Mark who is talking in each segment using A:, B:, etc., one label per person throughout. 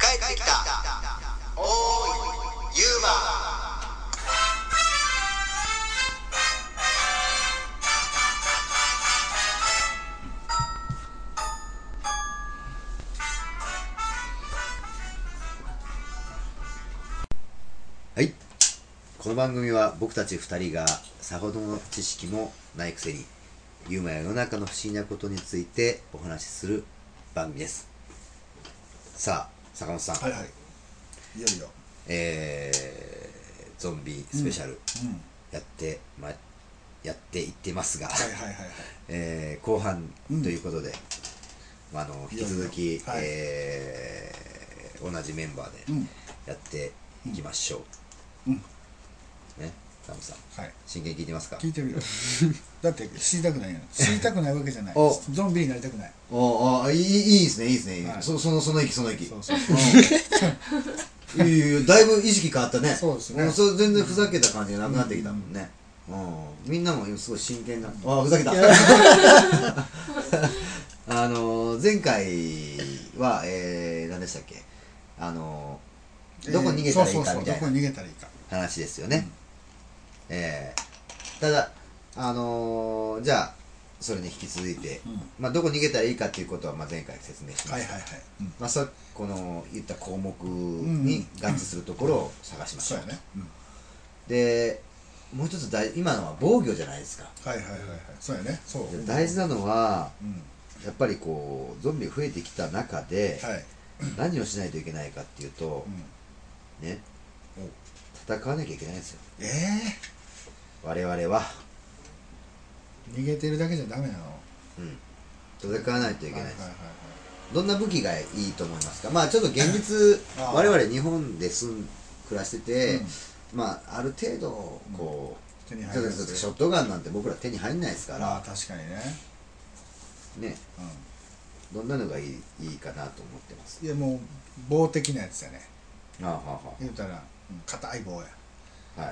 A: 書いたおーいユーマ
B: はいこの番組は僕たち2人がさほどの知識もないくせにユーマや世の中の不思議なことについてお話しする番組ですさあ坂本さん、
C: はいはいいよいよ
B: えーゾンビスペシャル
C: うんは
B: やって、ま、やっていってますが、
C: いはいはいはい
B: えー後半ということで、まあ、あの引き続
C: いよ
B: き
C: いよはい
B: えー同じメンバー
C: う
B: で
C: ん
B: やっていきましょう、
C: うん
B: ね坂本さん
C: はい
B: 真剣に聞いてますか
C: 聞いてるよだって知りたくないの知りたくないわけじゃない
B: お
C: ゾンビになりたくない
B: ああいいいいですねいいですね、
C: はい
B: そそのその息その息
C: そうそう
B: うん いやいやだいぶ意識変わったね
C: そうですね
B: もそれ全然ふざけた感じじゃなくなってきたもんね、うんみんなも今すごい真剣なああふざけた あの前回は、えー、何でしたっけあの どこ逃げたらいいかみた
C: そうそうそうど
B: い
C: こ
B: な
C: に逃げたらいいか
B: 話ですよね、えーただあのーじゃあそれに引き続いて、
C: うん
B: まあ、どこ逃げたらいいかっていうことは、まあ、前回説明しま
C: はい
B: し
C: は
B: た、
C: いはいうん
B: まあ、さこの言った項目に合致するところを探しまし
C: そ
B: ょ
C: う
B: う、
C: やねうん
B: でもう一つ大事今のは防御じゃないですか
C: はいはいはいはいそうやねそう
B: で大事なのは
C: うん
B: やっぱりこうゾンビが増えてきた中で
C: はい
B: 何をしないといけないかっていうと
C: う、ん
B: ね
C: お
B: 戦わなきゃいけないんですよ
C: ええ
B: 我々は、
C: 逃げてるだけじゃダメなの
B: うん、戦わないといけないんです、
C: はいは
B: どんな武器がいいと思いますかまあちょっと現実
C: ああ
B: 我々日本で住ん暮らして
C: いはい
B: て
C: うん、
B: まあある程度こ
C: 手
B: う、
C: に
B: ちょっ
C: 入
B: と
C: るや
B: ず
C: つ
B: つショットガンなんて僕ら手に入んないですか
C: ああ
B: ら、
C: 確かにね
B: ね
C: う
B: どんなのがいいいいかなと思ってます
C: んいやもう棒的なやつやね
B: ああは
C: 言うたらうん硬い棒や
B: あは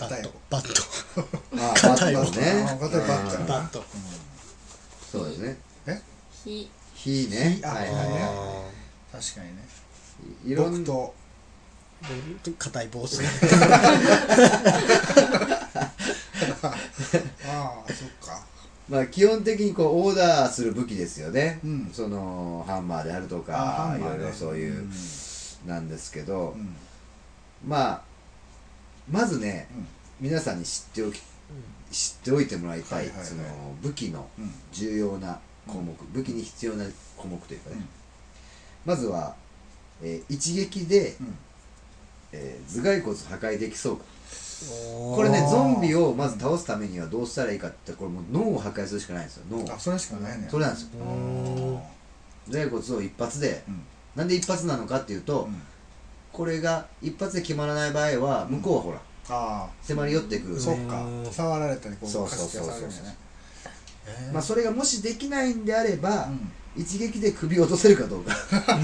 B: あはい
D: バ
C: 硬い
D: ッ
C: 棒
D: トバット
B: ああ
D: 硬い
B: バットね
C: あ硬いバット
B: うん
D: バット
B: そうですね
E: 火
B: 火ね
C: 火あ
B: はいはい
C: あ
B: は
C: 確かにね
B: いいろん
C: 僕と
D: 硬い帽子
C: ああそっか
B: まあ基本的にこうオーダーする武器ですよね、
C: うん
B: そのハンマー であると
C: あ
B: か
C: ハ
B: い
C: ンマー
B: ろ
C: ね
B: いろそういう、
C: ん
B: なんですけど、
C: うん
B: まあまずね、
C: うん
B: 皆さんに知っておき知っておいてもらいたい,、
C: はいはいはい
B: その武器の
C: うん
B: 重要な項目、武器に必要な項目というかね、
C: うん
B: まずは、えー一撃で、
C: うん
B: えー頭蓋骨破壊できそうか
D: こ
B: これねゾンビをまず倒すためにはどうしたらいいかってこれもう脳を破壊するしかないんですよ脳を
C: あそれしかないね
B: それなんですよ
C: うーん
B: 頭蓋骨を一発で
C: うん
B: なんで一発なのかっていうと、
C: うん
B: これが一発で決まらない場合は向こうはほら、
C: あ
B: 迫り寄ってくる
C: あ
B: ね
C: そっか触られたりこ
B: そううそう
C: かつ
B: そ
C: て
B: うそう
C: されるんやね
B: まあ、それがもしできないんであれば、
C: う
B: 一撃で首を落とせるかどうか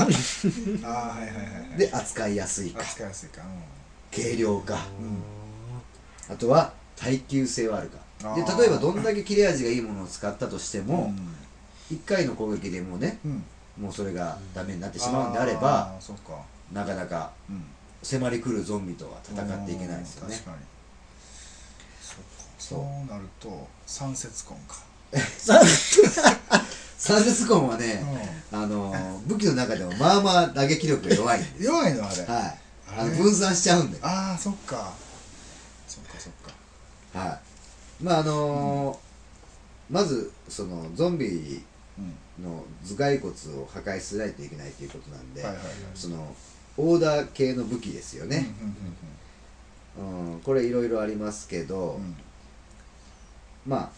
C: んああはいはいはいはい
B: で扱いやすいか
C: 扱いやすいかう
B: 軽量か
C: んうん
B: あとは耐久性はあるか
C: あ
B: で
C: ー
B: 例えばどんだけ切れ味がいいものを使ったとしても、
C: う
B: 1回の攻撃でもうね
C: んうん
B: もうそれがダメになってしまうんであれば、
C: ーそっか
B: なかなか
C: うん
B: 迫り来るゾンビとは戦っていけないですよね
C: 確かにそっか
B: そう
C: そうなると三節痕か
B: 三節痕はね、あのー武器の中でもまあまあ打撃力が弱いんで
C: うん弱いのあれ
B: はいあの
C: あれ
B: 分散しちゃうんで
C: ああそっかそっかそっか
B: はいまああのーまずそのゾンビ
C: うん
B: の頭蓋骨を破壊しないといけないということなんで、
C: はいはいはい
B: そのオーダー系の武器ですよね、
C: うん
B: うんこれいろいろありますけど、
C: うんうん
B: まあ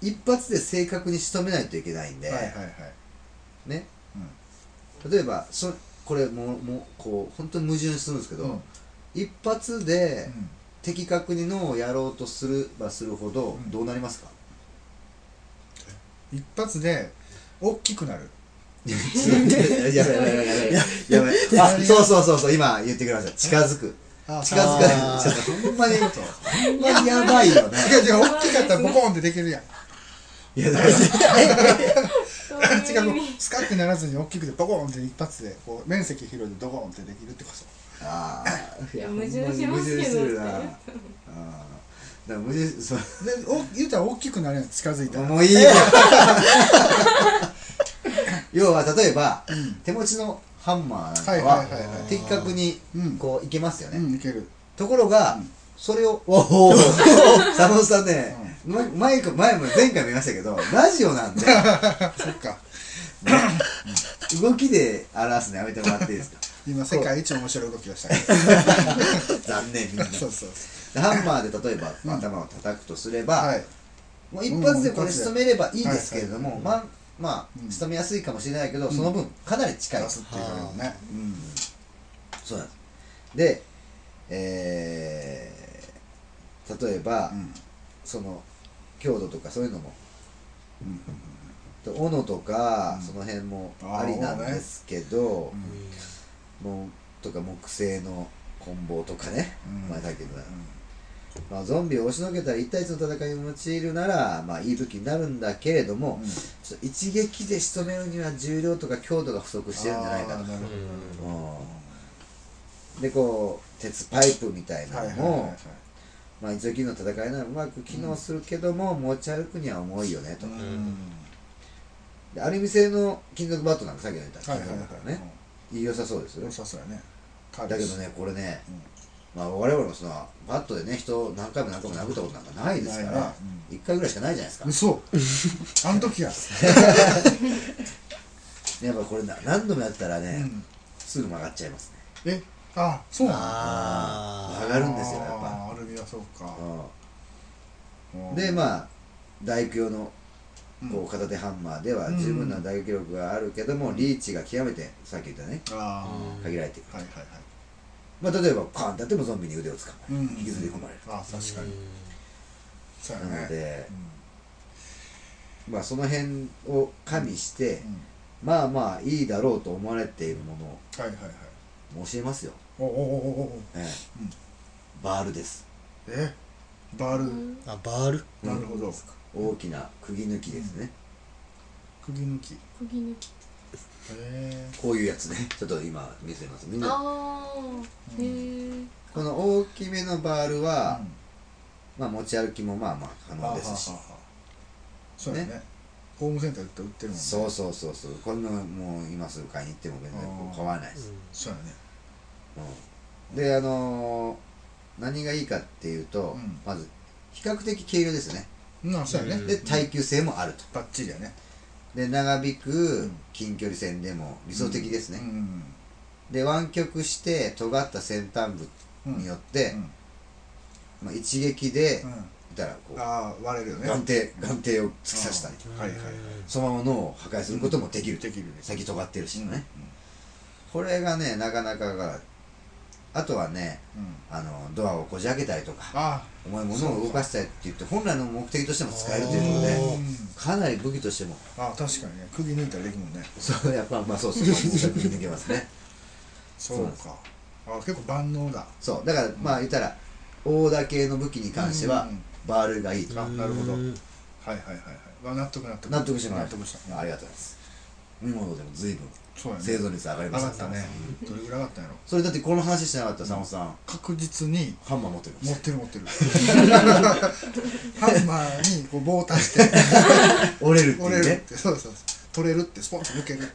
B: 一発で正確に仕留めないといけないんで、
C: はいはいはい
B: ね
C: うん
B: 例えばそこれももうこう本当に矛盾するんですけど、
C: うん
B: 一発で
C: うん
B: 的確に脳をやろうとすればするほど
C: うん
B: どうなりますか、
C: 一発で大きくなる
B: やばいやばいやばいやばいやばいあそうそうそうそう今言ってください近づく
C: あ
B: 近づかない
D: あ
B: ちょ
D: ー
B: っとほんまにほんまにやばいよね
C: いやいや大きかったらボコンってできるやん
B: いやだから
E: そう
C: 違うスカってならずに大きくてドコーンって一発でこう面積広いでドコーンってできるってこそ
B: ああいやほん
E: 矛盾
B: に
E: しますけど
B: 矛盾するなあ
E: って
B: あだから矛盾そう
C: でお言うたら大きくなるやん近づいたら
B: もうい いよ要は例えば、手持ちのハンマーなんかは,、
C: はいはいはいはい
B: 的確に
C: うん
B: こういけますよね、
C: うんいける
B: ところが、それを、お お佐野さんね、まマイク前も前回も言いましたけどラジオなんで
C: そっか
B: 動きで表すのやめてもらっていい ですか
C: 今世界一面白い動きをしたから
B: 残念みんな
C: そうそう
B: ハンマーで例えば
C: うん
B: 頭を叩くとすれば、
C: はい
B: もう一発でこれ仕留めればいいですけれども、
C: うん
B: まあま
C: うん
B: あ仕留めやすいかもしれないけど、その分かなり近い、
C: 出すっていうのもね
B: うん、そうなんですでえー例えば、
C: うん
B: その強度とかそういうのも、と斧とか、その辺もありなんですけど、もうとか木製の棍棒とかね、
C: うん
B: 前さっきの、まあ、ゾンビを押しのけたら1対1の戦いに用いるなら、まあ、いい武器になるんだけれども、
C: うん
B: ちょっと一撃で仕留めるには重量とか強度が不足してるんじゃないかと
C: あーなるほ
B: うんでこう鉄パイプみたい
C: ど
B: な
C: は
B: の
C: いはいはい
B: も、
C: はい
B: まあ、一応の戦いならうまく機能するけども、持ち歩くには重いよねと、
C: うん
B: でアルミ製の金属バットなんかさっきの言った
C: はい
B: 金
C: はい
B: 属
C: は
B: バットね、
C: い
B: いい良さそうですよ
C: 良
B: ね
C: さそうやね軽い
B: だけ
C: し
B: どねこれね、まあ、我々もそのバットでね人を何回も何回も殴ったことなんかないですか
C: ないな
B: ら、一1回ぐらいしかないじゃないですか、
C: 嘘 あの時や
B: やっぱこれな何度もやったらね、
C: うん
B: すぐ曲がっちゃいますね
C: えあそうなの
D: あ
B: 曲がるんですよやっぱ、
C: あーアルミはそうか
B: うんで
C: あ
B: まあ大工用の
C: うん
B: こう片手ハンマーでは
C: うん
B: 十分な打撃力があるけども、リーチが極めてさっき言ったね
C: あ
D: うん
B: 限られてくる、
C: ーはいはいはい
B: まあ、例えばパンってやってもゾンビに腕をつかまれる、
C: うん
B: 引きずり込まれる、
C: あー確かにそうや
B: なの
C: ね
B: で
C: う、ん
B: まあ、その辺を加味して、
C: うん
B: まあまあいいだろうと思われているものを
C: はいはいはい
B: もう教えますよ、
C: おおおおお
B: ええ
C: うん
B: バールです
C: えバール
D: あバール
C: なるほど
B: 大きな釘抜きですね、
C: 釘抜きへ
E: 釘抜き
C: え
B: こういうやつねちょっと今見せますみんな
E: ああへえ
B: この大きめのバールは、まあ持ち歩きもまあまあ可能ですし
C: そうやねホームセンターで売ってるもんね
B: そうそうそうそうこんなもう今すぐ買いに行っても全然こう
C: あー
B: 買わないです、
C: そうやね
B: うんであのー何がいいかっていうと、
C: うん
B: まず比較的軽量ですね
C: うんあそうやね
B: で耐久性もあると
C: バッチリやね
B: で長引く
C: ん
B: 近距離戦でも理想的ですね、
C: うん
B: で湾曲して尖った先端部によって、
C: うん
B: まあ、一撃で、
C: う
B: 言っ
C: ん
B: たらこう
C: ああ割れるよね
B: 眼底眼底を突き刺したり
C: うんはいはいはい
B: そのまま脳を破壊することもできる、
C: できるね
B: 先尖ってるし
C: うん
B: ね、これがねなかなかがあとはね
C: うん
B: あのドアをこじ開けたりとか
C: あ
B: 重いものを動かしたりって言って本来の目的としても使えるということ
C: あ
B: で
D: おー
B: かなり武器としても
C: あ確かにね釘抜いたらできるもんね
B: そうやっぱまあそうそうそう抜けますね
C: そうかあ結構万能だ
B: そうだからまあ言ったら大田系の武器に関しては
C: うん
B: バールがいいと
C: あなるほど
D: う
C: はい
D: ん
C: はいはいはいわ納得納得
B: 納得しま
C: 納
B: した
C: 得した
B: ありがとうございます見事でも随分
C: そうやね
B: 生存率上がり
C: 上
B: まし
C: が
B: た
C: ったねどれぐらい上がったんやろ
B: それだってこの話してなかったら佐野さん
C: 確実に
B: ハンマー持ってる
C: 持ってる持って るハンマーにこう棒足 して
B: 折れるって
C: 折
B: い
C: れ
B: う
C: るっ
B: ね
C: てそうそうそう取れるってスポンと抜けるっていう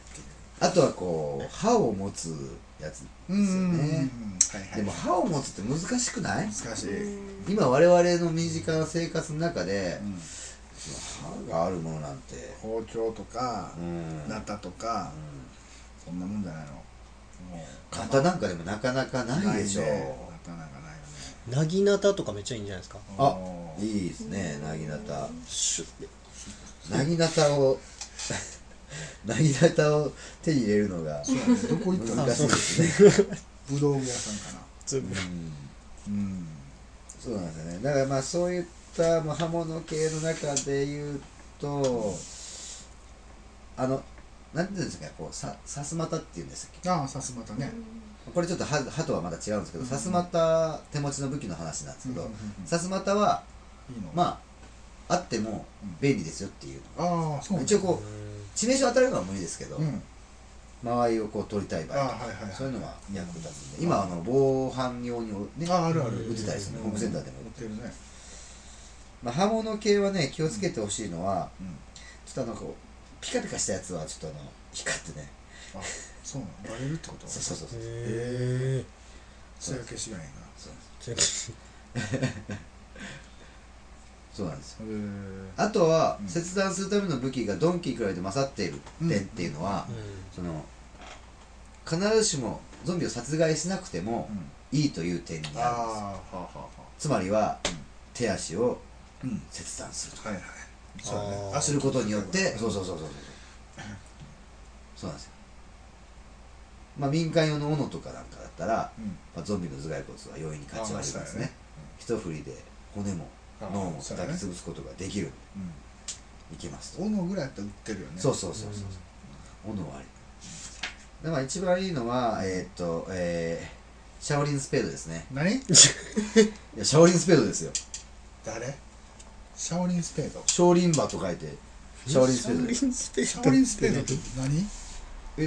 B: あとはこう歯を持つやつですよ
C: うんうんうん
B: ね
C: はいはい
B: でも歯を持つって難しくない
C: 難しいうん
B: 今我々の身近な生活の中で歯があるものなんて
C: 包丁とか
B: うん
C: ナタとかそんなもんじゃないのもう
B: 型なんかでもなかなかないでしょう
C: ないねナタなんかないよね
D: なぎなたとかめっちゃいいんじゃないですか
B: あ
C: おー
B: いいですねなぎなた
D: シュッて
B: なぎなたを なぎなたを手に入れるのが
C: そうやねどこ行ったの
B: 難しいですね
C: ブドウ屋さんかな
D: 全部
B: うん
C: うん
B: そうなんですよねだからまあそういったもう刃物系の中で言うとあのなんていうんですかねこうささすまたっていうんですっけ
C: ああさすまたね
B: これちょっと歯歯とはまた違うんですけど、さすまた手持ちの武器の話なんですけ
C: う
B: ど
C: んうんうんうん
B: さすまたはい
C: いの
B: まああっても便利ですよっていう、
C: ああそう
B: 一応こう致命傷当たるのは無理ですけど、
C: うん
B: 間合いをこう取りたい場合とか
C: あはいはいはい
B: そういうのは役立つんで今あの防犯用にね
C: ああるある
B: 打てたりするねホームセンターでも
C: 売ってるね
B: まあ、刃物系はね気をつけてほしいのは、
C: うん
B: ちょっとあのこうピカピカしたやつはちょっとあの光ってね
C: あそうなのバレるってこと
B: そうそうそうそう
D: へえ
C: それは消しないなへ
B: そう
D: じゃあ
B: そうなんですよ
C: え
B: あとは、
C: うん
B: 切断するための武器が鈍器くらいで勝っている
C: うん
B: 点っていうのは、
D: うん
B: その必ずしもゾンビを殺害しなくても
C: うん
B: いいという点にあるん
C: ああ
B: です
C: はあはあは
B: つまりは、
C: ん
B: 手足を
C: あうん
B: 切断すると
C: はいはいそうだね
D: あー
B: することによって
C: うん
B: そうそうそうそうそうそうなんですよまあ民間用の斧とかなんかだったら、
C: うん
B: まあ、ゾンビの頭蓋骨は容易に勝ち割れますね一振りで骨も
C: あー
B: 脳も
C: そう
B: 叩
C: だ
B: き
C: ね
B: 潰すことができる
C: うん
B: いけますと
C: 斧ぐらいやったら売ってるよね
B: そうそうそうそうそう斧はありだから一番いいのはえーっとえーシャオリンスペードですね
C: 何
B: いやシャオリンスペードですよ
C: 誰シャオリンスペード
B: 少林馬と書いてシャオリンスペードです
D: 少林スペ
C: シャオリンスペードって何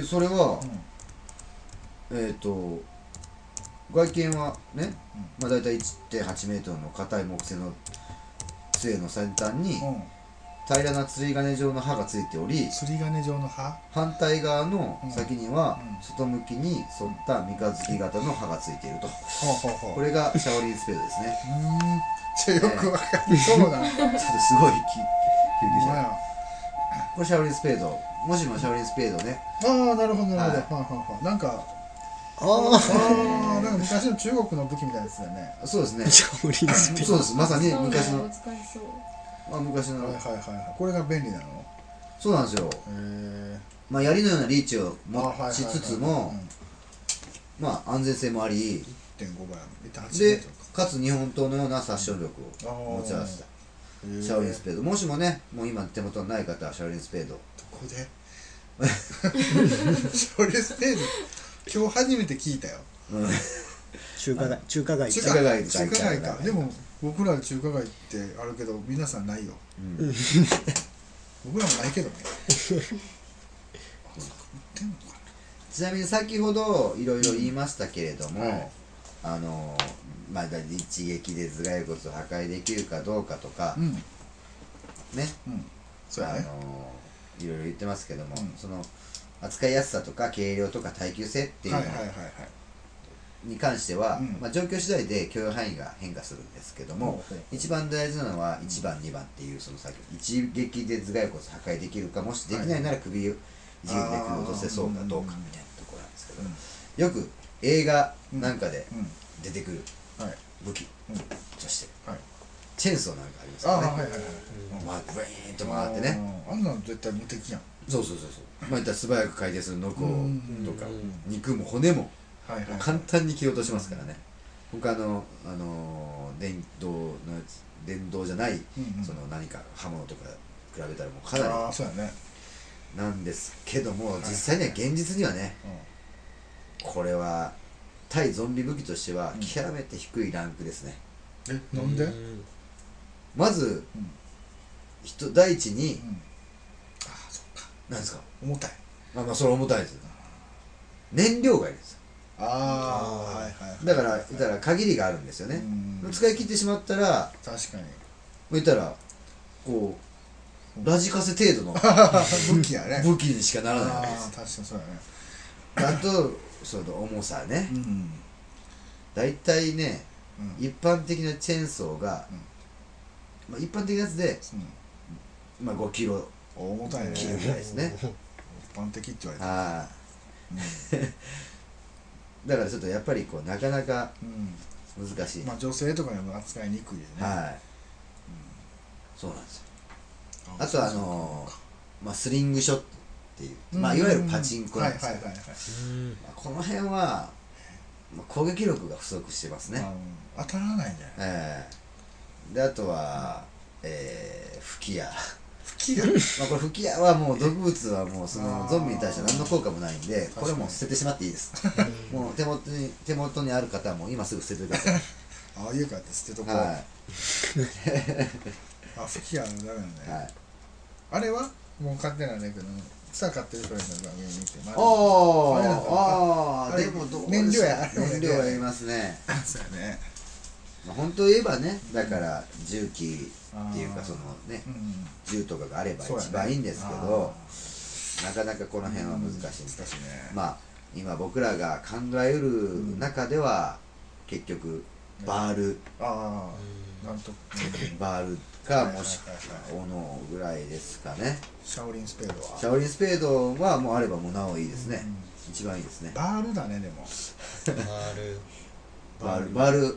B: えそれは、
C: うん
B: えっ、と外見はね、
C: う
B: まあ、大体1.8メートルの硬い木製の杖の先端に
C: うん
B: 平らな釣り鐘状の刃がついており
C: 釣り鐘状の刃
B: 反対側の先には
C: うんうん
B: 外向きに沿った三日月型の刃がついていると
C: ほうほうほ
B: これがシャオリンスペードですね
C: うーんじゃあよくわかるそ
B: ちょっとすご
C: うだ
B: いき救急
C: ほんま
B: 車
C: や
B: これシャオリンスペードもしもシャオリンスペードね
C: ああなるほどなるほど、はあはあはあなん かああなんか昔の中国の武器みたいなやつだよね
B: そうです ね
D: シャオリンスペー
B: そうですまさに昔
E: お
B: の、
E: 疲れそう
B: まあ、昔
C: はいはい
B: の
C: はいはいこれが便利なの
B: そうなんですよ
C: へえ
B: まあ、槍のようなリーチを
C: あ
B: 持
C: はいはいはい
B: ちつつも、まあ、安全性もあり
C: うん1.5倍1.8メ
B: で
C: ートルか
B: かつ日本刀のような殺傷力を持ち合わせた
C: へー
B: シャオリンスペードもしもねもう今手元にない方はシャオリンスペード
C: どこでシャオリンスペード今日初めて聞いたよ
B: うん
D: 中華街中華街
B: 中華街
C: 中華街
B: 中華
C: か
B: 街
C: でも僕ら中華街ってあるけど皆さんないよ
B: うん
C: 僕らもないけどねあそっか売ってんのか
B: ちなみに先ほどいろいろ言いましたけれども、
C: はい
B: あのまあ、一撃で頭蓋骨を破壊できるかどうかとか
C: な、うん
B: ね
C: うんそうや
B: あ
C: ね
B: のいろいろ言ってますけども、
C: うん
B: その扱いやすさとか軽量とか耐久性っていうの
C: はい
B: を
C: はいはいはい
B: に関しては、
C: うん
B: まあ、状況次第で許容範囲が変化するんですけども、
C: ほうほう
B: 一番大事なのは1番、2番っていうその先一撃で頭蓋骨破壊できるかもしできないなら首を一撃で首を落とせそうかどうかみたいなところなんですけど、
C: うん
B: よく映画なんかで
C: う
B: 出てくる
C: んはい
B: 武器
C: うん
B: として
C: はい
B: チェーンソーなんかあります
C: ああ
B: よね
C: はいはいはい
B: まあ、ブイーンと回ってね
C: うんあんなの絶対無敵やん
B: そうそうそうそうまあいったら素早く回転するノコ
C: うん
B: とか
D: うん
B: 肉も骨も
C: はいはい
B: 簡単に切り落としますからね僕あの、あのー電動のやつ電動じゃない、
C: うんうん
B: その何か刃物とか比べたらもうか
C: あ
B: な
C: あそうやね
B: りなんですけども実際には現実にはね
C: う
B: これは対ゾンビ武器としては極めて低いランクですね、
C: んえなんで
D: う
C: うん
B: まず、
C: うん
B: 人第一に、
C: ああそっか
B: なんですか
C: 重たい
B: まあまあそれ重たいですよ燃料がいるんですよ
C: ああはいはいはい
B: だから言ったら限りがあるんですよね
C: うん
B: 使い切ってしまったら
C: 確かに
B: 言ったらこうラジカセ程 度の
C: 武器やね
B: 武器にしかならないわ
C: あ
B: け
C: あ
B: で
C: 確
B: す
C: かにそうやね
B: あとその重さね
C: うん
B: 大体ね
C: うん
B: 一般的なチェーンソーが
C: うん、
B: まあ、一般的なやつで、
C: うん
B: まあ、5キロ
C: 重たいね
B: 切るぐらいですね
C: 一般的って言われた
B: ああ だからちょっとやっぱりこうなかなか
C: うん
B: 難しい、
C: まあ女性とかにも扱いにくいよね
B: はい、そうなんですよあとはあのーまあ、スリングショットっていう、まあ、いわゆるパチンコ
C: な
B: なんん
C: で
B: ですす
C: はい
B: け
C: は
B: ど
C: いはい
D: ん
B: まあこの辺は、まあ、攻撃力が不足してますね、
C: はいあの当たらないんじゃない
B: ええであとは、えー、 吹き矢
C: 吹きが
B: まあこれ吹き矢はもう毒物はもうその
C: あー
B: ゾンビに対して何の効果もないんで
C: かに
B: これもう捨ててしまっていいです もう手元に手元にある方はもう今すぐ捨ててください
C: ああいうかって捨てとこう
B: は
C: あ吹きがダメだ
B: い、
C: ね
B: はい、
C: あれはもう買ってないんだけど草買ってるくらいの番組見てま
B: あ
C: あ
B: あああ
C: あ
B: で
C: れ
B: もどう
C: 燃料や
B: ですか燃料やりますね
C: そうやね
B: まあ本当言えばねだから重機っていうかそのね
C: うん
B: 銃とかがあれば
C: そうやね
B: 一番いいんですけど、なかなかこの辺は難しいんです
C: 難しいね
B: まあ今僕らが考える中では結局バール、
C: ああなんと
B: バールか
C: はい
B: もしく
C: はい
B: は斧ぐらいですかね
C: シャオリンスペードは
B: シャオリンスペードはもうあればもうなおいいですね、一番いいですね
C: バールだねでも
D: ある
B: バールバール、
C: うん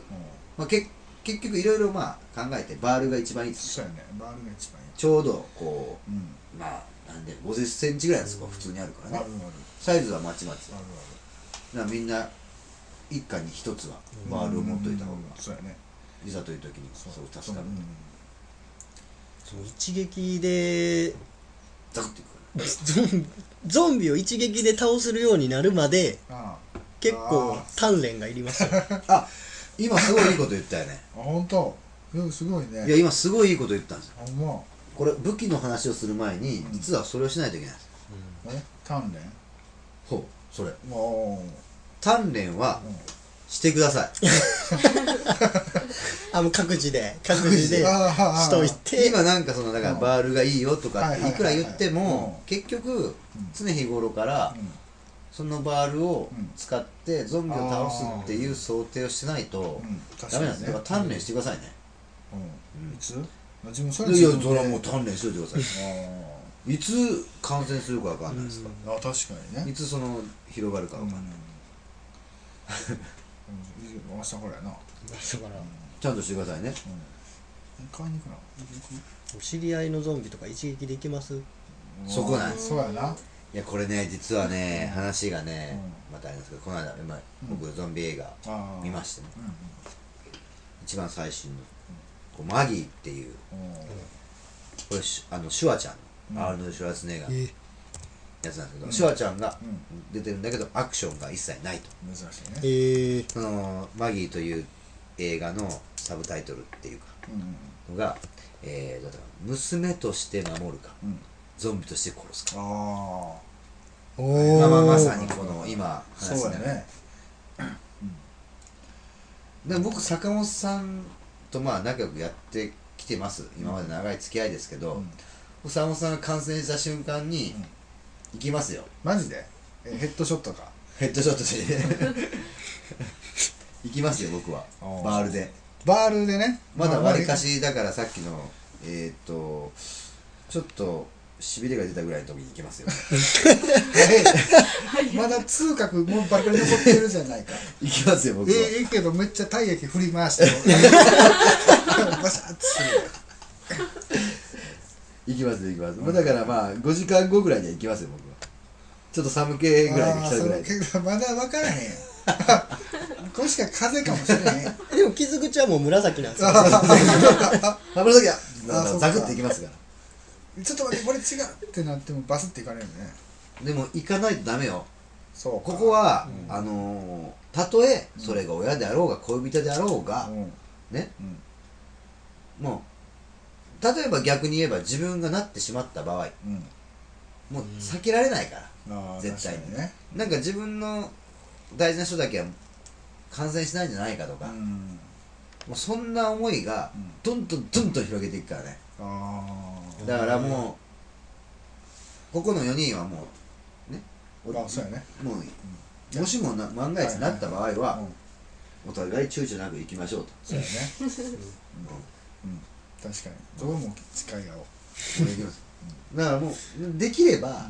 B: まあ、け結局いろいろまあ考えてバールが一番いいです
C: そうやねバールが一番いい
B: ちょうどこ
C: うん
B: うまあなんで50センチぐらいですか普通にあるか
C: ある
B: ら
C: あ
B: ね
C: る
B: サイズはまちまち
C: ある
B: だからみんな一家に一つは
C: ある
B: バールを持っといた方が
C: うんそうやね
B: いざという時にそう助かる
C: うん
D: その一撃で
B: ザクっていくか
D: ゾンゾンビを一撃で倒せるようになるまで
C: ああ
D: 結構
C: あ
D: 鍛錬がいりますよ
B: ら今すごいいいこと言ったよ ね
C: あ本当うんすごいね
B: いや今すごいいいこと言ったんですよ
C: ほんま
B: これ武器の話をする前に実はそれをしないといけないんです
C: え鍛錬
B: ほうそれ
C: も
B: 鍛錬は
C: うん
B: してください
D: あもう各自で各自
C: う
D: でしといて
B: 今なんかそのだから
C: うん
B: バールがいいよとかって
C: はいい
B: く
C: は
B: ら
C: いはいはい
B: 言っても結局常日頃から
C: うん
B: そのバールを
C: うん
B: 使ってゾンビを倒すっていう想定をしてないと
C: うん確
B: ダ
C: か
B: メなん
C: にね
B: ですだから鍛錬してくださいね
C: うん
B: うん
C: いつ自分それ
B: いやそ
C: 自
B: れ
C: 分
B: は
C: で
B: もう鍛錬しといてくださいいつ感染するかわかんないですか
C: あーあ確かに
B: い
C: ね
B: つその広がるかわかんない、
C: うん明日これやな
D: だから
B: ちゃんとしてくださいね
C: 買いに行くな
D: 知り合いのゾンビとか一撃できます
B: そこなん
C: うんそうやない
B: やこれね実はね話がね、
C: う
B: またあれなんですけどこの間今僕ゾンビ映画
C: あー
B: 見ましてね、
C: う
B: 一番最新のこうマギーっていう
C: うんうん
B: これシュあのシュワちゃんの、
C: う
B: ア
C: ん
B: ーノルド・シュワルツェネッガーの
D: え
B: やつなんですけど、
C: うん
B: シュワちゃんが
C: うん
B: 出てるんだけどアクションが一切ないと
C: 珍しいね
D: え
B: そのマギーという映画のサブタイトルっていうか
C: うんうん
B: のが、えー、だから娘として守るか
C: うん
B: ゾンビとして殺すか
C: あ
D: おー
B: まあまあまさにこの今
C: あ
B: 話し
C: そう
B: たね
C: やね
B: でも僕坂本さんとまあ仲良くやってきてます今まで長い付き合いですけど、坂本さんが感染した瞬間に
C: うん
B: 行きますよ
C: マジでえヘッドショットか
B: ヘッドショットして 行きますよ僕は
C: おー
B: バールで
C: バールでね
B: まだわりかしだからさっきのえーっとちょっとしびれが出たぐらいの時に行きますよ
C: まだ痛覚もうバリバリ残ってるじゃないか
B: 行きますよ 僕
C: え
B: は、
C: えええけどめっちゃ体液振り 回してバシャッとする
B: 行きますよ行きます、まあだからまあ5時間後ぐらいには行きますよ僕はちょっと寒気ぐらいが来たぐらい
C: あー
B: で
C: そうけどまだ分からへん やんこれしか風邪かもしれへん
D: ーでも傷口はもう紫なんですよ
B: あ紫だ
C: あそっ
B: ザ
C: か
B: クっていきますから
C: ちょっと待ってこれ違うってなってもバスっていかれるね
B: でも行かないとダメよ
C: そう
B: ここは、あのーたとえそれが親であろうが恋人であろうが、
C: うん
B: ね
C: うん
B: もう例えば逆に言えば自分がなってしまった場合
C: うん
B: もう避けられないから、
C: あー
B: 絶対
C: 確かにね
B: なんか自分の大事な人だけは感染しないんじゃないかと
C: う
B: か、も
C: ん
B: うそんな思いが
C: うん
B: どんどんどんどん広げていくからね
C: あー
B: だからもうここの4人はもうね
C: まあそうやね
B: もうもしもな万が一なった場合
C: う
B: は
C: ん
B: お互い躊躇なく行きましょうと
C: そうやねうん確かにどうも近いやろ
B: そう行きますだからもうできれば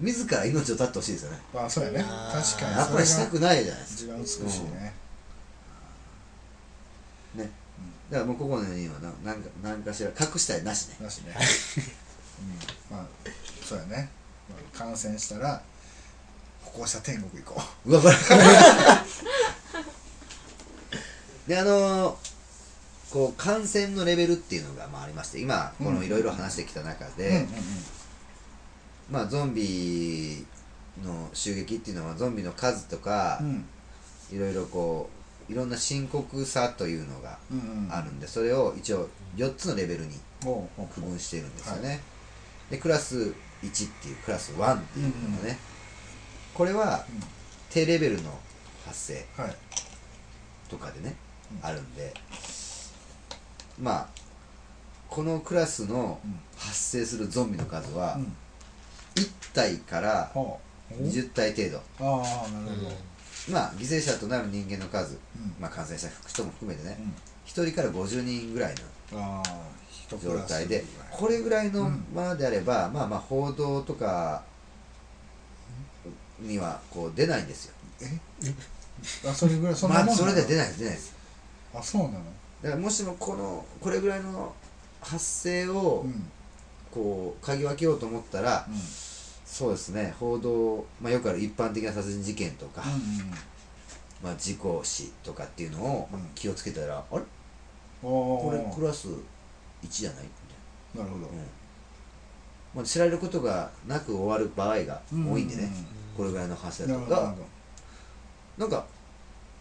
B: 自ら命を絶ってほしいですよね
C: まあそうやね
D: あー
C: 確かに
B: やっぱりし
C: そ
B: た
C: れが
B: くないじゃないです
C: 一番美しいね
B: かだからもうここの4人はななんかなんかしら隠したりなしね
C: だしねうんまあそうやねまあ感染したら歩行者天国行こ
B: うわこれ であのーこう感染のレベルっていうのがまあありまして今このいろいろ話してきた中
C: う
B: で、まあゾンビの襲撃っていうのはゾンビの数とか、
C: うん
B: いろいろこういろんな深刻さというのが
C: うんうん
B: あるんでそれを一応4つのレベルに
C: ほうほう
B: 区分しているんですよね、
C: は
B: でクラス1っていうクラス1っていうのがね、
C: うん
B: これは
C: うん
B: 低レベルの発生
C: はい
B: とかでね、
C: うん
B: あるんでまあこのクラスの
C: うん
B: 発生するゾンビの数は
C: うん
B: 1体から
C: ほう
B: 20体程度、
C: ああなるほど
B: まあ犠牲者となる人間の数、
C: うん
B: まあ、感染した人も含めてね、
C: うん
B: 1人から50人ぐらいの
C: ああ一ク
B: 状
C: ラス
B: 態でこれぐらいの
C: うん
B: まであれば、まあまあ報道とかにはこう出ないんですよ
C: あそれぐらいそんな
B: ま
C: もん
B: あ
C: なの
B: それで出ないです出ないです
C: あそうなの
B: だからもしもこのこれぐらいの発生を
C: うんうん
B: こう嗅ぎ分けようと思ったら、そうですね報道、まあ、よくある一般的な殺人事件とか、まあ、事故死とかっていうのを
C: うん
B: 気をつけたら、あれ
C: うんうん
B: こ
C: ああ
B: れクラス1じゃないみ
C: なるほど
B: たいな、うんまあ、知られることがなく終わる場合が多いんでね、これぐらいの発生
C: な
B: だ
C: る
B: と
C: ほ
B: だか
C: どな
B: ら
C: るほ
B: な
C: ど
B: んか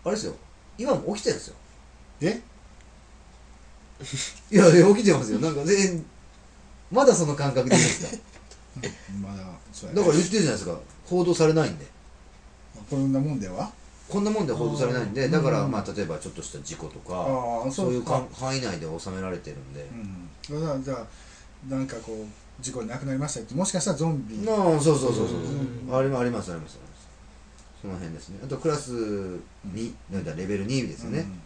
B: あれですよ今も起きてるんですよ
C: え
B: いやいや起きてますよなんか全然まだその感覚でいい ですか
C: まだそうや
B: だ
C: ね
B: から言ってるじゃないですか報道されないんで
C: こんなもんでは
B: こんなもんで報道されないんで
C: あー
B: だか
C: う
B: ら
C: ん
B: まあ例えばちょっとした事故と
C: あ
B: か
C: あ
B: そういう
C: か
B: か範囲内で収められてるんで
C: うんだからじゃあなんかこう事故で亡くなりましたってもしかしたらゾンビ
B: なあそうそうそうそう
C: う
B: ありますありますありますありますその辺ですねあとクラス2なんだレベル2ですよね、
C: うん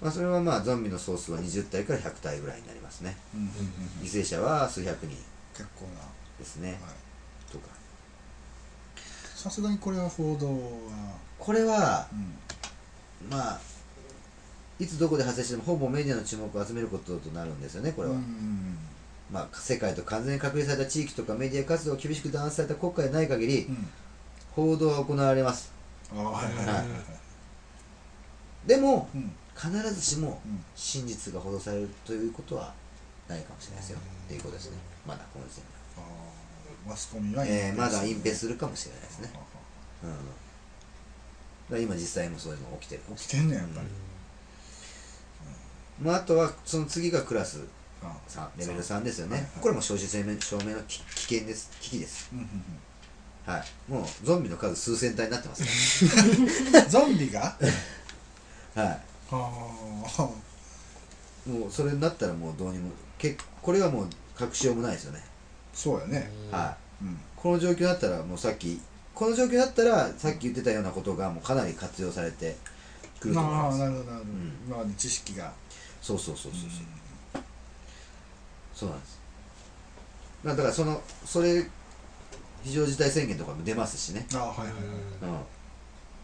B: まあ、それはまあゾンビの総数は20体から100体ぐらいになりますね
C: うんうん
B: 犠牲者は数百人
C: 結構なは
B: ですね、
C: い
B: とか
C: さすがにこれは報道は
B: これは
C: うん
B: まあいつどこで発生してもほぼメディアの注目を集めることとなるんですよねこれは、
C: うん
B: まあ、世界と完全に隔離された地域とかメディア活動を厳しく弾圧された国家でない限り
C: うん
B: 報道は行われます
C: ああはいはいはいはいはい
B: でも
C: うん
B: 必ずしも
C: うん
B: 真実が報道されるということはないかもしれないですよっていうことですねまだこの時点
C: ああマスコミは
B: では、えーまだ隠蔽
C: る
B: するかもしれないですね、うん、だから今実際もそういうのが起きてるかもし
C: 起きてんねやっぱり
B: れない、まあ、あとはその次がクラス
C: ああ
B: 3レベル3ですよね、
C: はいはい
B: これも正真正銘正銘のき危険です危機です
C: うんうん
B: はい、もうゾンビの数数千体になってますね、
C: うんゾンビが
B: は
C: ああ
B: い、もうそれになったらもうどうにもけこれはもう隠しようもないですよね、
C: そうやね
B: はい、
C: うん
B: この状況だったらもうさっきこの状況だったらさっき言ってたようなことがもうかなり活用されてくると思い
C: あ
B: ま
C: あ
B: す
C: なるほどなるほど
B: うん
C: 今まで知識が、
B: そうそうそうそううそうんそうなんですまあだからそのそれ非常事態宣言とかも出ますしね、
C: ああはいはいはい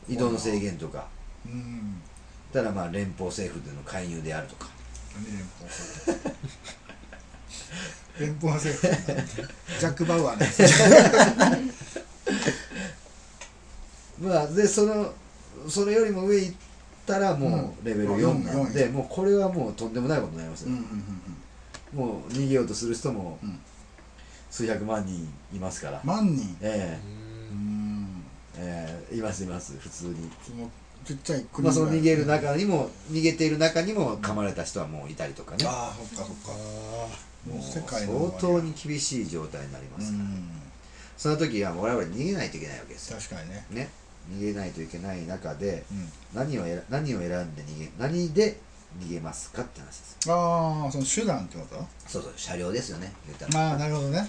B: うん、移動の制限とか
C: うん
B: ただまあ連邦政府での介入であるとか
C: 何連邦政府連邦政府なんだジャック・バウアーのやつ
B: まあでそのそれよりも上行ったらもうレベル4なんで、
C: う
B: もうこれはもうとんでもないことになります
C: うんう
B: ね、
C: んうん
B: もう逃げようとする人も
C: うん
B: 数百万人いますから、
C: 万人
B: え
C: うん
B: えええいますいます普通に、
C: そのちっちゃい国
B: まあ、その逃げる
C: な
B: 中にも逃げている中にも噛まれた人はもういたりとかね、
C: ああそっかそっかもう世界の
B: もう相当に厳しい状態になりま
C: う
B: す、
C: ん
B: その時は我々逃げないといけないわけですよ
C: 確かにね
B: ね逃げないといけない中で
C: うん
B: 何をえら何を選んで逃げ何で逃げますかって話です
C: ああその手段ってこと
B: そうそう車両ですよね言ったら、
C: まあなるほどね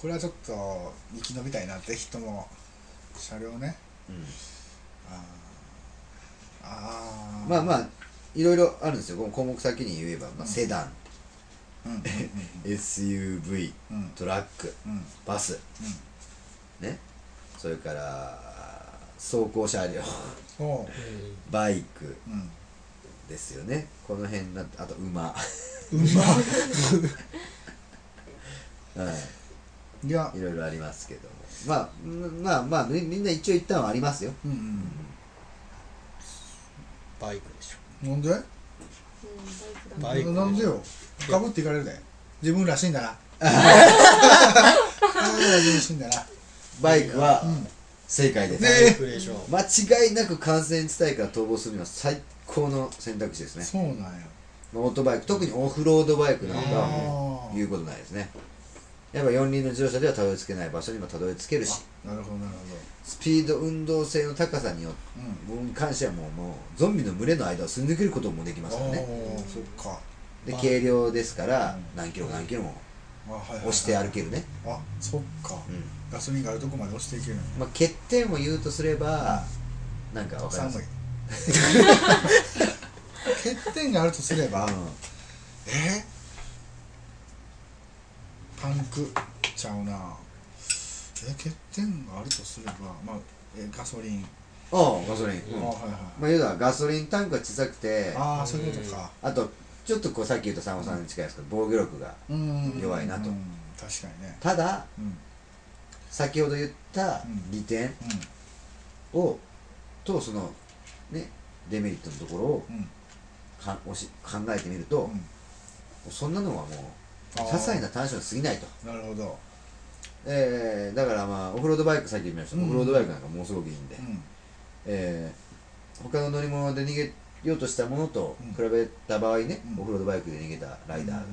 C: これはちょっと生き延びたいなって人も車両ね
B: うん
C: ああああ
B: まあま
C: あ
B: あいろいろあるんですよこの項目先に言えば、まあ、セダン、
C: うんうん
B: SUV
C: うんうん
B: トラック
C: うん
B: バス、ねそれから走行車両
C: そう
B: バイク
C: うん
B: ですよねこの辺なあと馬、
C: うまっ
B: う
C: いや
B: ん、いろいろありますけどもまあうんまあまあみみんな一応一旦はありますよ
C: うん
D: バイクでしょ
C: うんなんで
E: うんバイクだ
C: な
D: バイク
C: んでよかぶっていかれるで自分らしいんだ な自分らしいんだな
B: バイクは
C: ん
B: 正解です、
D: バイクでしょ
B: 間違いなく感染地帯から逃亡するには最高の選択肢ですね
C: そうなんや
B: まあオートバイク特にオフロードバイクなんかはも
C: あ
B: う言うことないですね
C: あ
B: やっぱ四輪の自動車ではたどり着けない場所にもたどり着けるし
C: なるほどなるほど
B: スピード運動性の高さによって
C: うん
B: 僕に関してはもうもうゾンビの群れの間をすり抜けることもできますからね
C: おーそっか
B: で
D: あ
B: 軽量ですから
C: うん
B: 何キロ何キロも
C: あはいはいはい
B: 押して歩けるね、
C: あそっか
B: うん
C: ガソリンがあるとこまで押していけるのね
B: まあ、欠点を言うとすればなんかわかりま
C: 寒
B: す
C: い 欠点があるとすればえパンクちゃうなえ欠点があるとすればまあえガソリン、
B: うん、ああガソリン、うん
C: あ
B: ま
C: はいはい
B: あ、言うたらガソリンタンクが小さくてあ
C: ああそういうことか
B: とちょっとこうさっき言ったさんまさんに近いですけど防御力が
C: うん
B: 弱いなと
C: うん確かにね
B: ただ
C: うん
B: 先ほど言った
C: うん
B: 利点をとそのねデメリットのところを
C: うんうん
B: かおし考えてみると、そんなのはもう
C: あー
B: 些細な短所に過ぎないと、
C: なるほど
B: えーだからまあオフロードバイクさっき言いました、
C: うん
B: オフロードバイクなんかものすごくいいんで、
C: うん
B: えー他の乗り物で逃げようとしたものと
C: うん
B: 比べた場合ね、
C: うん
B: オフロードバイクで逃げたライダーが、
C: うん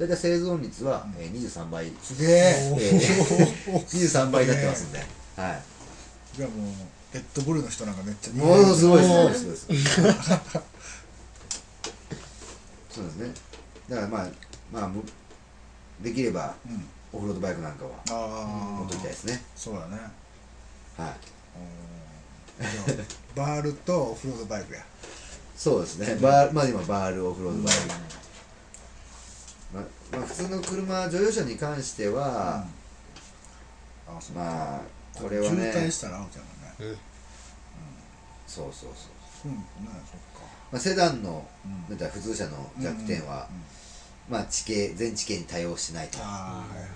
B: だいたい生存率は、
C: うん
B: えー23倍、え
C: すげえ
B: ー23倍になってますんで、はい
C: じゃあもうレッドブルの人なんかめっちゃ
B: ものすごいです
C: も
B: ご
C: う
B: いですごいです そうですねだからまあまあむできれば
C: うん
B: オフロードバイクなんかは
C: あ
B: 持っときたい
C: あ
B: ですね
C: そうだね
B: はい
C: おーじゃあバールとオフロードバイクや
B: そうですねバーまあ今バールオフロードバイク、まあまあ、普通の車乗用車に関しては、
C: あそう
B: まあこれは
C: 渋
B: ね
C: 滞したらアウトやもんね
B: そうそうそう、
C: そうねそっか
B: まあ、セダンの
C: う
B: な
C: ん
B: んか普通車の弱点は、
C: うんうんうん
B: まあ地形全地形に対応しないと、
C: ああはいはい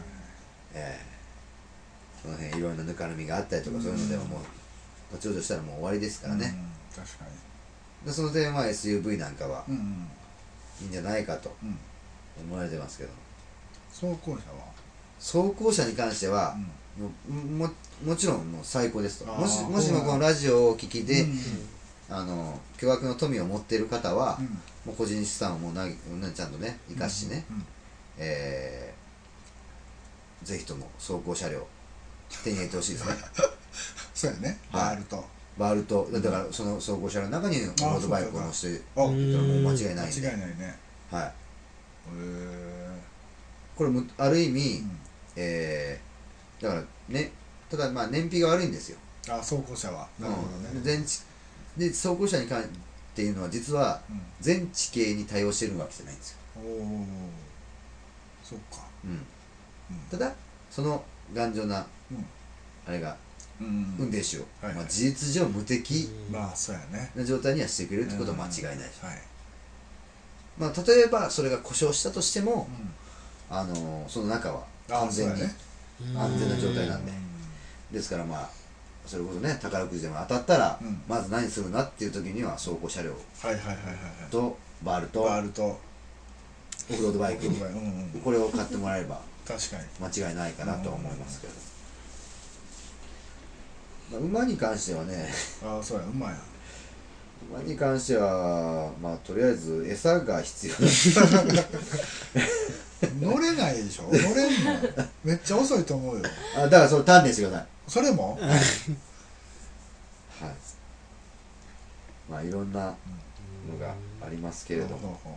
B: ええこの辺いろんなぬかるみがあったりとかそういうのではもう立ち往生したらもう終わりですからね、
C: うん確か
B: でその点は SUV なんかは
C: にうんうん
B: いいんじゃないかと
C: うん
B: 思われてますけど
C: 走行車は
B: 走行車に関しては、
C: うん
B: もうももちろんもう最高ですと
C: あー
B: もしもしもこのラジオをお聞きで、
C: うん
B: あの巨額の富を持っている方は、
C: うん
B: もう個人資産をもうななちゃんとね生かしてね、
C: うん
B: えーぜひとも走行車両手に入れてほしいですね
C: そうやね
B: はい
C: バールと
B: バルトだからその走行車両の中にロードバイクを乗せて
C: あ
D: うん
B: いったらもう間違い
C: 間
B: ないんで、
C: 違いないね
B: はい、
C: へえ
B: これもある意味、
C: うん
B: えーだからねただまあ燃費が悪いんですよ
C: あ走行車はなるほど
B: うん
C: ね
B: 全地で走行車に関っていうのは実は全地形に対応してるわけじゃないんですよ、
C: うんおおそっか
B: うん
C: うん
B: ただその頑丈な
C: うん
B: あれが
C: う
B: 運
C: ん
B: 転手を、
C: はいはい
B: まあ、事実上無敵
C: まあそうやね
B: な状態にはしてくれるってことは間違いないでしょ、
C: はい
B: まあ、例えばそれが故障したとしても
C: う、ん
B: あのーその中は
C: あ
B: 完全に、
C: そうだね
B: 安全な状態なん
C: う
B: で
C: ん
B: ですからまあそれこそね宝くじでも当たったら、
C: うん
B: まず何するなっていう時には走行車両
C: はいはいはいはいはい
B: とバールと
C: バールと
B: オフロードバイク
C: うんうん
B: これを買ってもらえれば
C: 確かに
B: 間違いないかなとは思いますけど、まあ馬に関してはね
C: ああそうやうまい や
B: 馬に関してはまあとりあえず餌が必要だ
C: 乗れないでしょ乗れんのめっちゃ遅いと思うよ
B: あだからそれ鍛錬してくださ
C: それも
B: いはいまあいろんなのがありますけれど
C: ほうほ
B: も
C: うほ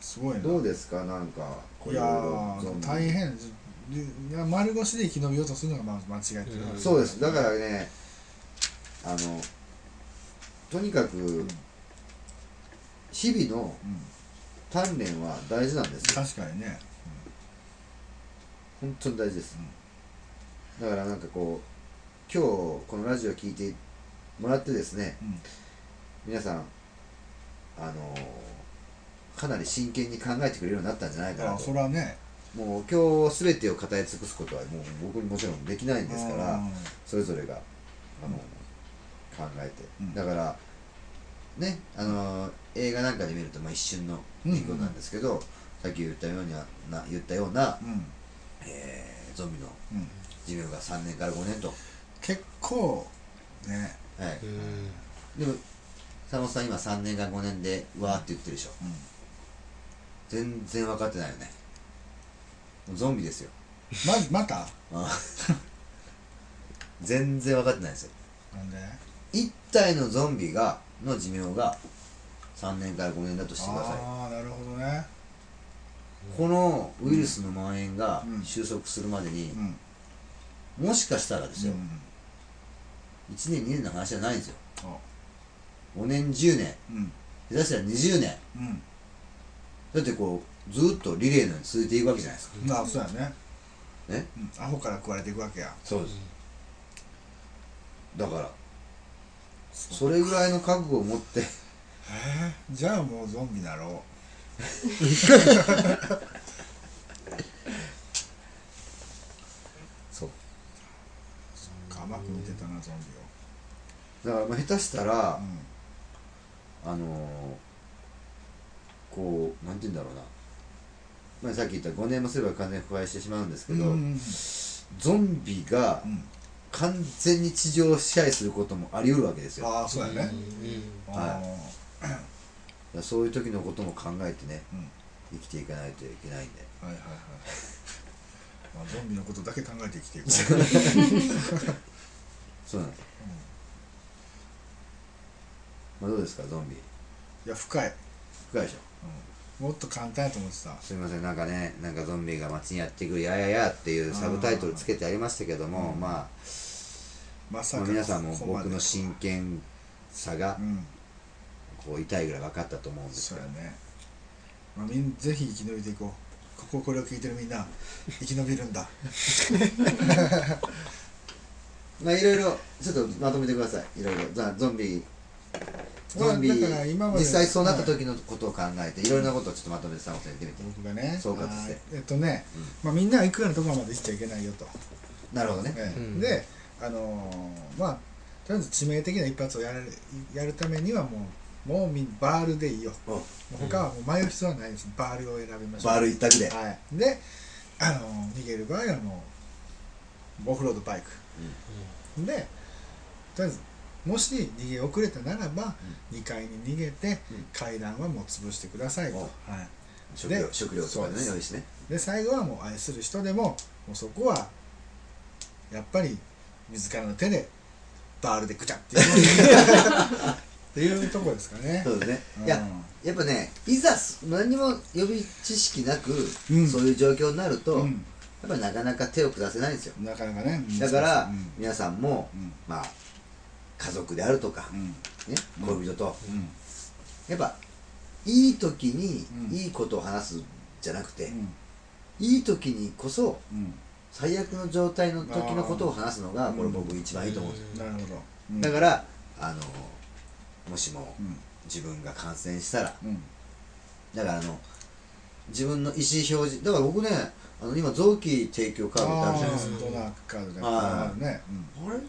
C: うすごいな
B: どうですかなんかこう
C: い
B: い
C: や
B: ろいろゾン
C: ー
B: ビ
C: 大変いや丸腰で生き延びようとするのがまあ間違いっていうのは
D: うん
B: そうですだからねあのとにかく日々の
C: うん
B: 鍛錬は大事なんですよ
C: 確かにね
B: 本当に大事です、だからなんかこう今日このラジオ聞いてもらってですね
C: うん
B: 皆さんあのーかなり真剣に考えてくれるようになったんじゃないか
C: あ
B: な
C: あ
B: と
C: それはね
B: もう今日全てを語り尽くすことはもう僕にもちろんできないんですから
C: うん
B: それぞれがあの、考えて、
C: うん
B: だからねあの映画なんかで見ると、まあ、一瞬の出来事なんですけど、さっき言ったようにはな言ったような、
C: うん
B: えーゾンビの
C: うん
B: 寿命が3年から5年と、
C: 結構ね
B: はい
D: う
B: で
D: ん
B: も坂本さん今3年から5年でうわーって言ってるでしょ
C: うん
B: 全然分かってないよねゾンビですよ
C: ままた
B: あ 全然分かってないですよ
C: なんで
B: 1体のゾンビがの寿命が3年から5年だとしてください
C: ああなるほどね
B: このウイルスの蔓延が
C: うん
B: 収束するまでに
C: う、ん
B: もしかしたらですよ、
C: うん
B: 1年2年の話じゃないんですよ
C: あ
B: 5年10年
C: うん
B: 下手したら20年
C: うん
B: だってこうずっとリレーのように続いていくわけじゃないですか
C: まあそうやね
B: ね
C: うんアホから食われていくわけや
B: そうですだからそれぐらいの覚悟を持って
C: えーじゃあもうゾンビだろ
B: そう
C: うか甘く見てたなゾンビを
B: だからまあ下手したら
C: う、ん
B: あのーこうなんて言うんだろうな、まあ、さっき言った5年もすれば完全に腐敗してしまうんですけど、
C: うん
B: ゾンビが
C: うん
B: 完全に地上を支配することもあり得るわけですよだか
C: ああそうやね
B: ん
C: あ
B: らそういう時のことも考えてね
C: ーうん
B: 生きていかないといけないんで
C: はいはいはいまあゾンビのことだけ考えて生きていく
B: そうなんですよ、まあ、どうですかゾンビ
C: いや深い
B: 深いでしょ
C: もっと簡単やと思ってた
B: すみませんなんかねなんかゾンビが街にやってくるやややっていうサブタイトルつけてありましたけども
C: うん
B: ま
C: まさ
B: あ、まあ
C: か
B: 皆さんも
C: ここまで
B: 僕の真剣さが
C: うん
B: こう痛いぐらい分かったと思うんです
C: そ
B: け
C: う
B: ど
C: やね、まあ、みんぜひ生き延びていこうこここれを聞いてるみんな生き延びるんだ
B: まあいろいろちょっとまとめてくださいいろいろザゾンビ
C: まあ
B: ゾンビ
C: だから今まで
B: 実際そうなった時のことを考えていろいろなことをちょっとまとめてサモさんやってみて
C: 僕がね
B: 総括して
C: あーえっとね、まあ、みんなは行くようなところまで行っちゃいけないよと、
B: なるほどね
C: ええ
D: うん
C: であのーまあとりあえず致命的な一発をやるやるためにはもうもうみんバールでいいよ
B: お
C: もう他はもう迷う必要はないですバールを選びましょう
B: バール一択で
C: はい、で、あの逃げる場合はもうオフロードバイク、でとりあえずもし逃げ遅れたならば、2階に逃げて、
B: うん
C: 階段はもう潰してくださいと、
B: お
C: はい、
B: 食料
C: で
B: 食料とか
C: そうで
B: ね
C: す
B: 用意してね
C: で最後はもう愛する人でももうそこはやっぱり自らの手でバールでぐちゃっていう っていうとこですかね。
B: そうですね
C: うん
B: いややっぱねいざす何も予備知識なく、
C: うん
B: そういう状況になると、
C: うん
B: やっぱなかなか手を下せないんですよ
C: なかなかね
B: だから、
C: うん
B: 皆さんも、
C: うん
B: まあ家族であるとか、
C: うん
B: ね、恋人と、
C: うん
B: やっぱいい時に
C: うん
B: いいことを話すじゃなくて、
C: うん
B: いい時にこそ
C: うん
B: 最悪の状態の時のことを話すのが
C: あー
B: これ僕一番いいと思うんですよ、
C: なるほど、、
B: だかららあのもしも
C: うん
B: 自分が感染したら
C: うん
B: だからあの自分の意思表示だから僕ねあの今臓器提供カードってあるじゃないですか
C: あードナーカードね
B: はい
C: あるね、
B: あれ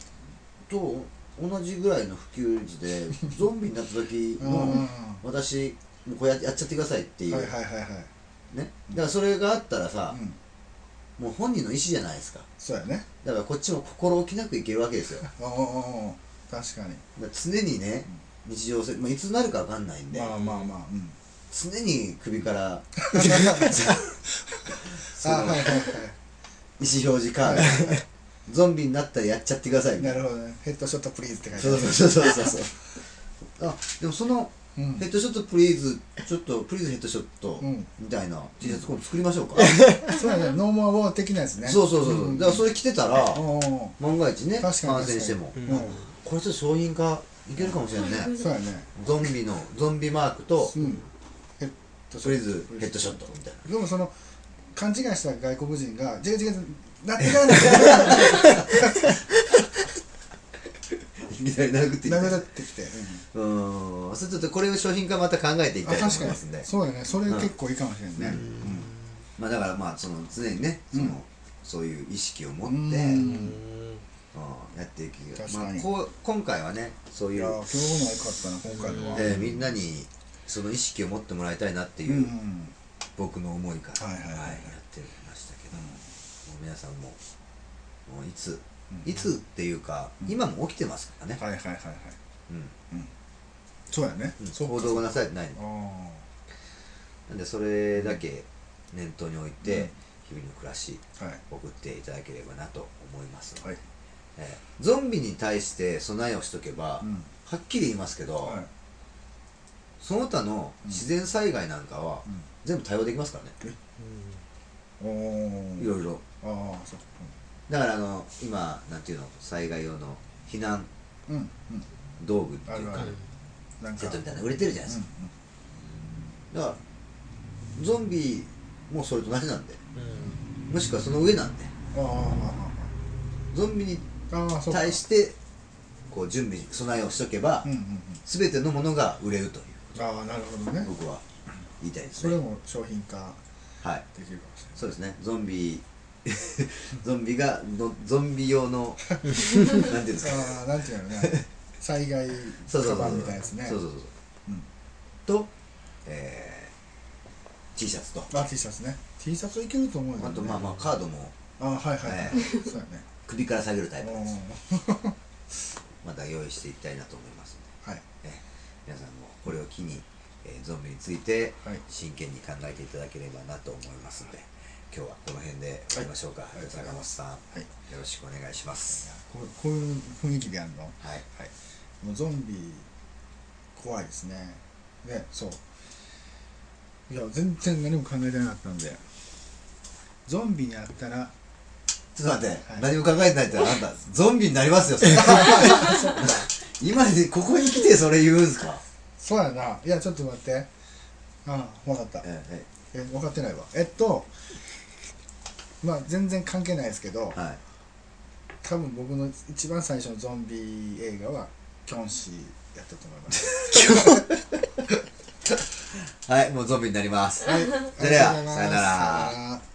B: と同じぐらいの普及率で ゾンビになった時
C: うん、うん
B: の私もうこれややっちゃってくださいっていう、
C: はいはいはいはい、
B: ねだからそれがあったらさ
C: う、ん、
B: もう本人の意思じゃないですか
C: そうやね
B: だからこっちも心置きなくいけるわけ ですよだか
C: おーおーおー確かに
B: ら常にね日常性、まあ、いつになるか分かんないんで、
C: まあまあまあ、 うん、
B: 常に首から
C: あはいはいは
B: 意思表示カード ゾンビになったらやっちゃってください
C: い
B: みた
C: ないるほどねヘッドショットプリーズって書いてあ
B: そう
C: る
B: そうそうそうそうそ うあでもその
C: うん
B: ヘッドショットプリーズちょっとプリーズヘッドショット
C: うん
B: みたいな T シャツ今度作りましょうか、
C: そうやねノーマーウォー的なやつね
B: そうそうそうそう、
C: ん
B: だからそれ着てたら
C: おーお
B: 万が一ね感
C: 確かに
B: 染しても、
C: ーうん
B: これちょっと商品化いけるかもしれないね
C: そうやね
B: ゾンビのゾンビマークと
C: うんヘッド
B: とりあえずヘッドショットみたいな
C: でもその勘違いした外国人が「違う違う違うなってないなってない
B: いきなり殴ってい」
C: 殴ら
B: っ
C: れてきて、うん
B: うーんそれちょっとこれを商品化また考えていきた
C: あ
B: いと
C: 確
B: 思い
C: か
B: ますんで
C: にそうだねそれ結構いいかもしれんね
B: まあだからまあその常にねその、
C: うん
B: そういう意識を持って、
C: うん
B: うん
C: い
B: やっていく
C: 確
B: ま
C: か
B: あ
C: に
B: こう今回はねそういう
C: や今日の良かったな今回のは
B: えーみんなにその意識を持ってもらいたいなっていうう、
C: ん
B: 僕の思いから、
C: はいはいはいはい
B: やってましたけど、もう皆さんももういついつっていうか、今も起きてますからね、
C: はいはいはいはい
B: うん
C: そうやね
B: うん
C: そうか
B: 行動がなされてないの
C: あ
B: なんでそれだけ念頭に置いて、
C: うん
B: 日々の暮らし
C: はい
B: 送っていただければなと思いますので、
C: はい
B: えーゾンビに対して備えをしとけば、
C: うん
B: はっきり言いますけど、
C: はい
B: その他の自然災害なんかは
C: うん
B: 全部対応できますからね、
C: お
B: い
C: ー
B: ろいろ
C: ああそう
B: だからあの今なんていうの災害用の避難
C: うんうんうん
B: 道具って
C: あ
B: いう
C: る
B: か
C: あるなん
B: セッ
C: か
B: トみたいなの売れてるじゃないですか、だからゾンビもそれと同じなんで
D: うん
B: もしくはその上なんで
C: うんうんあ
B: ゾンビに
C: あああああそうか
B: 対してこう準備備えをしとけば、
C: うんうんうん
B: 全てのものが売れるという
C: ああなるほどね
B: 僕は言いたいです
C: それ
B: ね
C: も商品化
B: はい
C: できるかもしれない
B: そうですねゾンビ ゾンビがのゾンビ用 のなんていうんですか
C: ああなんていうのね 災害
B: そうそう
C: カ
B: そう
C: バン
B: そう
C: みたいなやつね
B: そうそうそう、
C: うん
B: と、えー、T シャツと
C: あ T シャツね T シャツいけると思うよ、ね、
B: あとまあまあカードも
C: あはいはい、はい
B: え、
C: そうやね
B: 首から下げるタイプのやつ
C: おー
B: また用意していきたいなと思います
C: はい
B: ので、ね、皆さんもこれを機に、えーゾンビについて
C: はい
B: 真剣に考えていただければなと思いますので今日はこの辺で終わりましょうか、
C: いありがとうご
B: 坂
C: ざい
B: 本
C: ます
B: さん、
C: い
B: よろしくお願いします
C: こうこういう雰囲気でやるの
B: はい
C: もうゾンビ怖いですねねそういや全然何も考えてなかったんでゾンビにあったら
B: ちょっと待って、
C: はい
B: 何も考えてないってあなたゾンビになりますよそれ 今でここに来てそれ言うんすか、
C: そうやないやちょっと待ってああ分かった
B: ええ
C: え分かってないわえっとまあ全然関係ないですけど、
B: えはい
C: 多分僕の一番最初のゾンビ映画はキョンシーやったと思い ます。
B: はい、もうゾンビになります。
C: はい、
B: それでは
C: ありがとうございます
B: さよなら
C: さよなら。